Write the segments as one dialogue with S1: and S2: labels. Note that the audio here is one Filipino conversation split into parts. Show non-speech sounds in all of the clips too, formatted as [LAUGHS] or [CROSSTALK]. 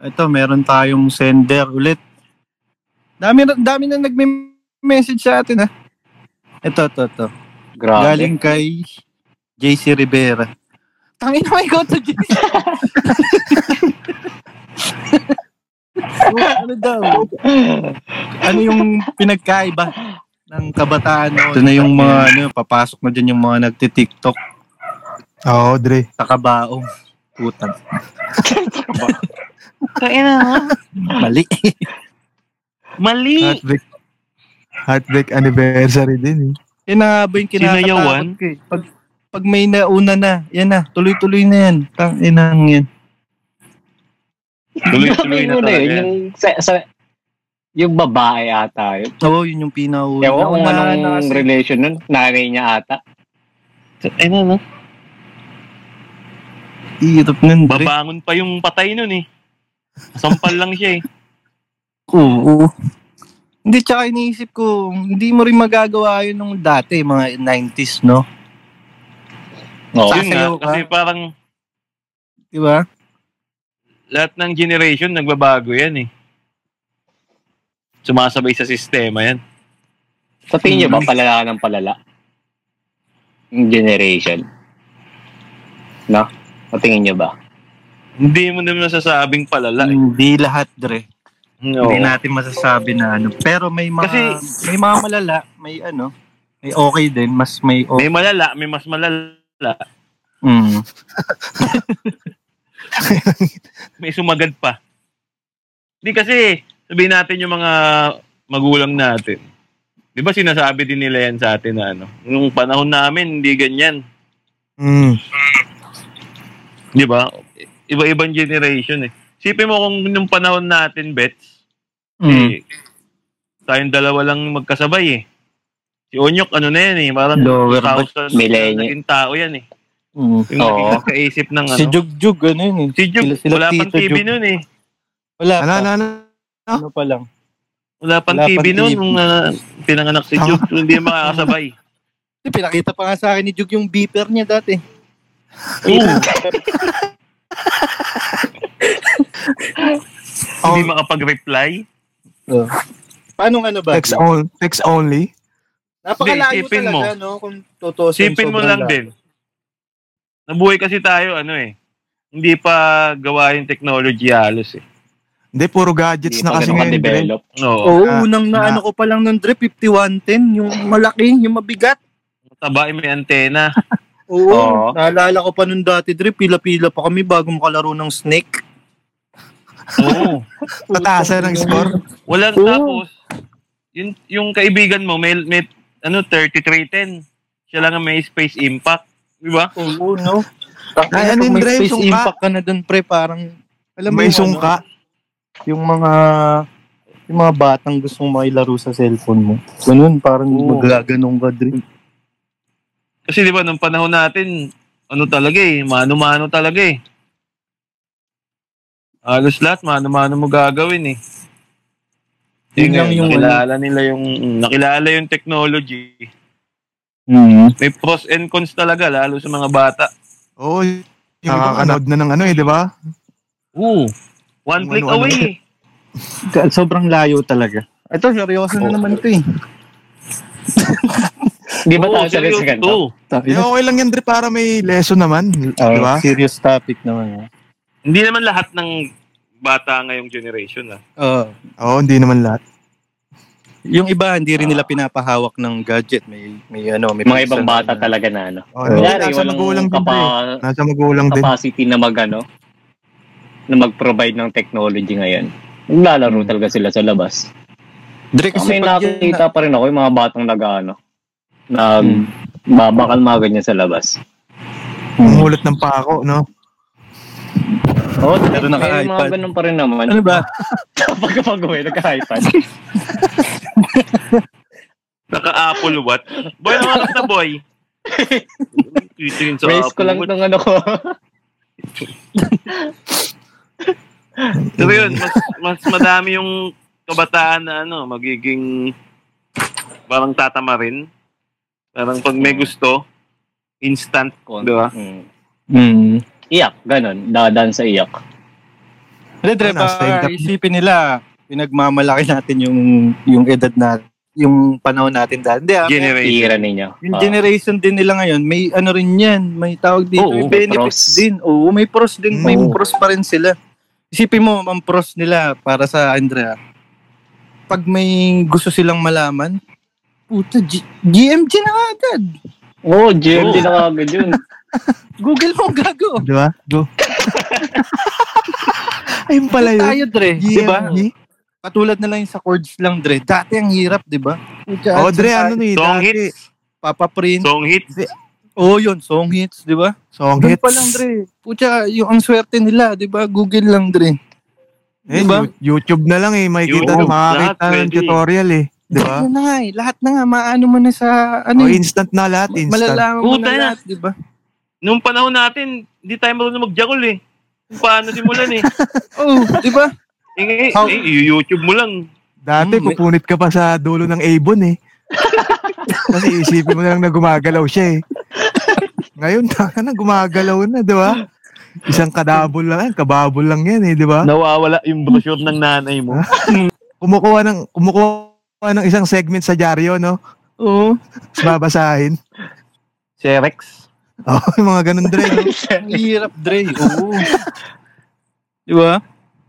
S1: Ito, meron tayong sender ulit. Dami, na- dami na nagme-message sa atin, ha? Ito, ito, ito.
S2: Grabe.
S1: Galing kay JC Rivera. Tangin na may go to JC. So, ano daw? Ano yung pinagkaiba ng kabataan noon? Ito na yung mga ano, papasok na dyan yung mga nagti-TikTok
S3: Oo, Dre.
S1: sa kabaong. [LAUGHS] Putang.
S4: Kaya na nga.
S1: Mali.
S4: Mali.
S3: Heartbreak. Heartbreak anniversary din. Eh.
S1: Yan na ba yung
S4: Sinayawan?
S1: kinakatakot ko eh. Pag, pag may nauna na, yan na, tuloy-tuloy na yan. Tang inang yan.
S5: Tuloy-tuloy na
S2: Ano
S5: talaga
S2: yun,
S5: yan.
S2: Yung, sa, sa- yung babae ata yun.
S1: Oo, yun yung pinauna.
S2: Ewan ko kung
S1: Nauna
S2: anong
S1: na kasi.
S2: relation nun. Nanay niya ata.
S4: Kaya na
S1: ano?
S4: nga.
S1: Hirap nun, Dre.
S5: Babangon pa yung patay nun eh. Sampal lang
S1: [LAUGHS]
S5: siya eh.
S1: Oo. Hindi, tsaka iniisip ko, hindi mo rin magagawa yun nung dati, mga 90s, no?
S2: Oo.
S5: Yun nga,
S1: Sasayaw ka.
S5: kasi parang
S1: Di ba?
S5: lahat ng generation nagbabago yan eh. Sumasabay sa sistema yan.
S2: Sa tingin niyo ba palala ng palala? Yung generation? No? Sa tingin niyo ba?
S5: Hindi mo naman nasasabing palala eh.
S1: Hindi lahat, Dre.
S5: No.
S1: Mm, Hindi natin masasabi na ano. Pero may mga,
S5: Kasi-
S1: may mga malala, may ano, may okay din, mas may okay.
S5: May malala, may mas malala.
S1: Mm.
S5: May sumagad pa. Hindi kasi, sabihin natin yung mga magulang natin. Di ba sinasabi din nila yan sa atin na ano? Nung panahon namin, hindi ganyan.
S3: Mm.
S5: Di ba? Iba-ibang generation eh. Sipin mo kung nung panahon natin, Bets,
S1: Mm.
S5: eh, tayong dalawa lang magkasabay eh. Si Onyok, ano na yan eh. Parang
S1: Lower back.
S5: 1,000
S2: Millennial.
S5: naging tao yan eh.
S1: Mm.
S5: Yung
S2: Oo.
S5: naging nagkaisip ng ano.
S1: Si Jugjug, ano yun eh.
S5: Si Jug,
S1: Sila- sila
S5: wala pang
S1: Tito
S5: TV
S1: Jug.
S5: nun eh.
S1: Wala
S3: Ano,
S1: pa.
S3: ano, ano?
S1: Ano pa lang.
S5: Wala pang
S1: Wala
S5: TV
S1: pang
S5: noon
S1: TV.
S5: nung ah, pinanganak si Jug. hindi
S1: [LAUGHS]
S5: yung makakasabay.
S1: Kasi Pinakita pa nga sa akin ni Jug yung beeper niya dati. Oh.
S5: Hindi makapag-reply.
S1: Paano ano ba?
S3: Text, on, text only?
S1: Napakalayo
S5: Hindi, isipin
S1: talaga, no? Kung totoo
S5: Sipin mo lang din. Nabuhay kasi tayo, ano eh. Hindi pa gawa yung technology halos eh.
S3: Hindi, puro gadgets
S2: Hindi
S3: na
S2: pa
S3: kasi
S2: ganun
S3: ngayon, Dre.
S2: ka-develop.
S5: No.
S1: Oo,
S3: Ah,
S1: unang na,
S3: na-
S1: ano ko pa lang nun, Dre, 5110, yung malaki, yung mabigat.
S5: Taba may antena.
S1: Oo,
S2: Oo.
S1: naalala ko pa nun dati, Dre, pila-pila pa kami bago makalaro ng snake.
S5: Oo.
S3: Tatasan ng score.
S5: Walang
S1: Oo.
S5: tapos. Yung, yung kaibigan mo, may, may ano, 3310. Siya lang ang may space impact. Di ba?
S1: Oo, no?
S3: Ay,
S1: Ay, ano
S3: ano yun,
S1: may
S3: Dre,
S1: space
S3: sungka?
S1: impact ka na dun, pre, parang, alam mo
S3: May
S1: yung ano,
S3: sungka.
S1: yung mga, yung mga batang gustong makilaro sa cellphone mo. Ganun, parang
S5: Oo.
S1: magaganong ka, Dre.
S5: Kasi di ba, nung panahon natin, ano talaga eh, mano-mano talaga eh. Halos lahat, mano-mano mo gagawin eh.
S1: Yun lang
S5: Yun ngayon,
S1: yung-
S5: nakilala nila yung, nakilala yung technology.
S1: Mm.
S5: May pros and cons talaga, lalo sa mga bata.
S3: Oo. Yung nakakanood na ng ano eh, di ba?
S5: Oo. One
S3: Yung
S5: click
S3: ano-ano.
S5: away eh.
S1: Sobrang layo talaga. Ito, seryoso na
S5: Oo.
S1: naman ito eh.
S2: Hindi ba
S5: Oo,
S2: tayo sa
S5: seryoso
S2: sa ganito?
S5: to.
S3: Eh, okay lang yan, Dre, para may lesson naman.
S1: Ah,
S3: di ba?
S1: Serious topic naman. eh.
S5: Hindi naman lahat ng bata ngayong generation ah.
S1: ah.
S3: Oo, hindi naman lahat.
S1: yung iba hindi rin nila pinapahawak ng gadget, may may ano, may
S2: Mga
S1: personal
S2: ibang bata
S1: na-
S2: talaga na ano.
S3: Oo,
S1: Oo.
S2: Kunyari,
S3: nasa magulang
S2: walang
S3: din, Dre.
S2: kapa-
S3: Nasa magulang din.
S2: capacity na mag ano, na mag-provide ng technology ngayon.
S3: Mm.
S2: Naglalaro talaga sila sa labas.
S1: Dre, kasi
S2: Kasi may
S1: pag yun na-
S2: nakikita pa rin ako yung mga batang nag-ano, nag babakal mga ganyan sa labas.
S3: Umulot ng pako, no?
S2: Oo, oh,
S1: Pero
S2: may
S1: naka-iPad.
S2: mga ganun pa rin naman.
S1: ano ba?
S2: Kapag kapag uwi,
S1: [LAUGHS]
S2: nagka-iPad.
S5: Naka-Apple Watch. Boy, nakakas na [LAUGHS] boy. Ito yun sa
S2: Raise ko
S5: Apple
S2: lang
S5: Watch.
S2: itong ano ko.
S5: Pero yun, mas, mas madami yung kabataan na ano, magiging parang tatama rin. Parang pag may gusto, instant, di ba?
S2: Mm.
S1: Mm.
S2: Iyak, ganun. Dadaan sa iyak.
S1: Hindi, Dre,
S3: Wala, stand
S1: baka
S3: up.
S1: ah, isipin nila, pinagmamalaki natin yung yung edad na yung panahon natin dahil. Hindi, ah, may-
S5: Generation.
S2: Tira ninyo.
S1: yung
S2: Oo.
S1: generation din nila ngayon, may ano rin yan, may tawag dito, may
S2: Oo, may
S1: benefits
S2: pros.
S1: din. Oo, may pros din, may
S3: Oo.
S1: pros pa rin sila. Isipin mo, ang pros nila para sa Andrea. Pag may gusto silang malaman, puta, G- GMG na agad.
S2: Oo, oh, GMD na kagad yun.
S1: Google mo, gago.
S3: Di ba? Go. Ayun pala yun.
S1: Tayo, Dre. Diba? Di ba?
S3: GMG?
S1: Katulad na lang yung sa chords lang, Dre. Dati ang hirap, di ba? Puta,
S3: Oh, Dre, ano ni?
S5: Song
S3: dati?
S5: hits.
S1: Papa Prince.
S5: Song hits.
S1: Oo, yun. Song hits, di ba?
S3: Song
S1: Doon
S3: hits.
S1: pa lang, Dre. Puta, yung ang swerte nila, di ba? Google lang, Dre.
S3: Eh,
S1: Diba?
S3: Yu- YouTube na lang eh. Makikita
S5: YouTube,
S3: na makakita
S5: lahat,
S3: na ng
S5: pwede.
S3: tutorial eh. Di
S1: [LAUGHS]
S3: ba?
S1: Ano na nga eh. Lahat na nga. Maano mo na sa... Ano
S3: Oh,
S1: eh.
S3: instant na lahat. Instant.
S1: Malalaman mo
S5: Puta
S1: na
S5: na.
S1: lahat, diba? di ba?
S5: Nung panahon natin, hindi tayo marunong mag-jackal eh. Kung paano simulan eh.
S1: Oo, di ba?
S5: Eh, eh,
S1: How-
S5: eh, YouTube mo lang.
S3: Dati
S1: Mm, may-
S3: kukunit ka pa sa dulo ng Avon
S1: [LAUGHS]
S3: eh. Kasi isipin mo na lang na gumagalaw siya eh. Ngayon, [LAUGHS] taka na, gumagalaw na, di ba? Isang kadabol lang, yan, kababol lang yan eh, di ba?
S5: Nawawala yung brochure ng nanay mo.
S3: Kumukuha ng, kumukuha ng isang segment sa dyaryo, no?
S1: Oo.
S3: Tapos Babasahin. [LAUGHS]
S2: Serex.
S3: Oh, yung mga ganun, Dre.
S1: [LAUGHS]
S3: no?
S1: Ang hirap, Dre. Oh. [LAUGHS] Diba? Oo.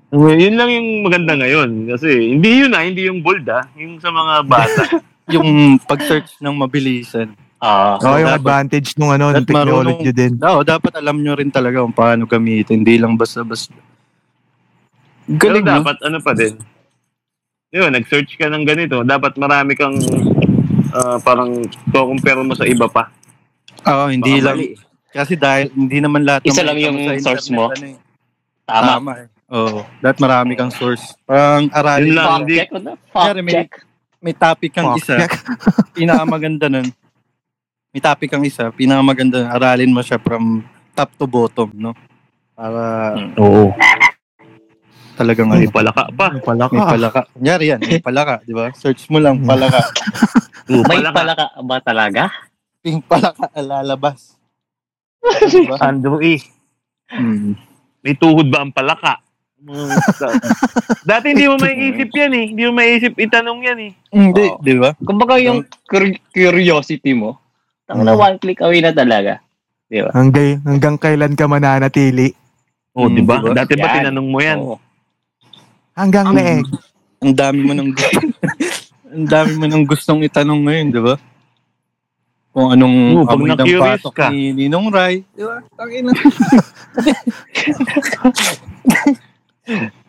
S1: di ba?
S5: yun lang yung maganda ngayon. Kasi hindi yun ah, hindi yung bold ah. Yung sa mga bata.
S1: Yung pag-search ng mabilisan.
S2: Ah,
S3: Oh, yung
S1: dapat-
S3: advantage nung ano, ng
S1: dapat marunong-
S3: technology din.
S1: Oo, dapat alam nyo rin talaga kung paano gamitin. Hindi lang basta-basta.
S5: Pero
S1: Galing, no?
S5: dapat ano pa din. Yun, nag-search ka ng ganito. Dapat marami kang ah, parang kukumpero mo sa iba pa.
S1: Oo, hindi
S5: Baka
S1: lang.
S5: mali.
S1: Kasi dahil hindi naman lahat ng
S2: Isa lang
S1: makita
S2: yung
S1: mo sa
S2: source
S1: internet,
S2: mo.
S1: ano eh.
S2: tama.
S1: Tama. eh. Oo. Dapat marami kang source. Parang
S5: Yun
S1: aralin
S5: lang.
S1: mo.
S2: Fuck
S5: hindi-
S2: check. What the fuck
S1: Jeremy.
S2: check?
S1: May topic kang
S3: Fuck,
S1: isa.
S3: check.
S1: [LAUGHS] pinakamaganda nun. May topic kang isa, pinakamaganda nun. Aralin mo siya from top to bottom, no? Para
S2: Oo.
S1: talagang
S5: May
S1: ano,
S5: palaka pa.
S3: Yung pala
S1: may
S3: ka.
S1: palaka. Kunyari yan, may palaka, di ba? Search mo lang, palaka.
S2: May
S5: Palaka.
S2: palaka ba talaga?
S1: [LAUGHS] Pink palaka, lalabas. Di ba?
S5: Andrew E.
S1: Mm.
S5: May tuhod ba ang palaka? Dati hindi mo maiisip yan eh. Hindi mo maiisip itanong yan eh.
S1: Hindi,
S2: Oo.
S1: di ba?
S2: Kumbaga yung cur- curiosity mo, tang na
S3: Oo.
S2: one click away na talaga.
S3: Hanggang, hanggang kailan ka mananatili?
S5: Oh,
S1: Mm,
S5: di ba?
S1: diba?
S5: Dati ba
S2: Yan.
S5: tinanong mo yan?
S2: Oo.
S3: Hanggang
S1: Ang- eh.
S3: leeg.
S1: Mm. Ang dami mo nang [LAUGHS] ang dami mo nang gustong itanong ngayon, di ba? Kung anong
S5: Oo, pag
S1: amoy ng
S5: na-curious
S1: patok
S5: ka.
S1: ni Ninong Rai. Di ba? Tangin na.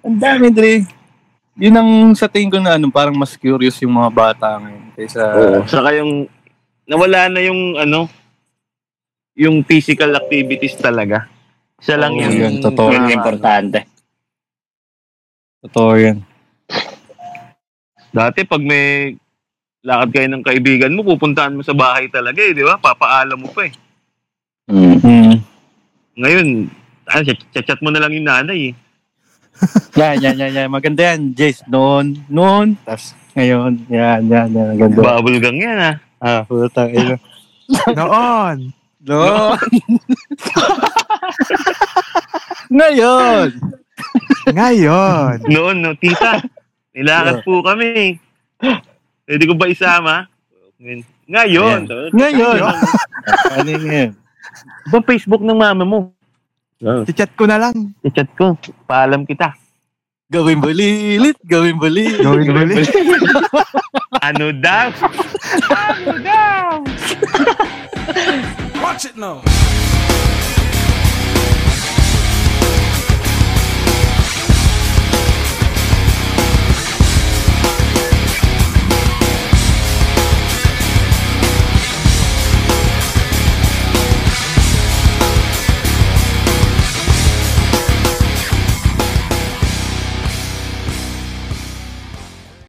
S1: ang dami, Dre. Yun ang sa tingin ko na ano, parang mas curious yung mga bata ngayon kaysa...
S5: Oo. Saka yung nawala na yung ano yung physical activities talaga. Siya lang
S1: Oo,
S5: yung
S1: yun, totoo.
S2: Yun yung importante.
S1: Totoo yan.
S5: Dati pag may lakad kayo ng kaibigan mo, pupuntahan mo sa bahay talaga eh, di ba? Papaalam mo pa eh.
S2: Mm.
S1: Mm.
S5: Ngayon, ah, chat-chat mo na lang yung nanay eh.
S1: Yan, yan, yan, yan. Maganda yan, Jace. Noon, noon, tas ngayon. Yan, yan, yan. Maganda.
S5: Bubble gang yan ah. eh,
S1: Ah, puta. Ina.
S3: Noon.
S1: Noon. [LAUGHS] ngayon.
S3: Ngayon.
S5: Noon, no, [LAUGHS] tita, nilakad
S1: Diba?
S5: po kami. Pwede ko ba isama? Ngayon. Ngayon.
S1: Ngayon. ano yun ngayon?
S5: Ba Diba? Facebook ng mama mo?
S3: Chat ko na lang.
S5: I-chat ko. Paalam kita.
S1: Gawin bulilit, gawin bulilit.
S3: Gawin ulit.
S5: Ano daw?
S6: Watch it now.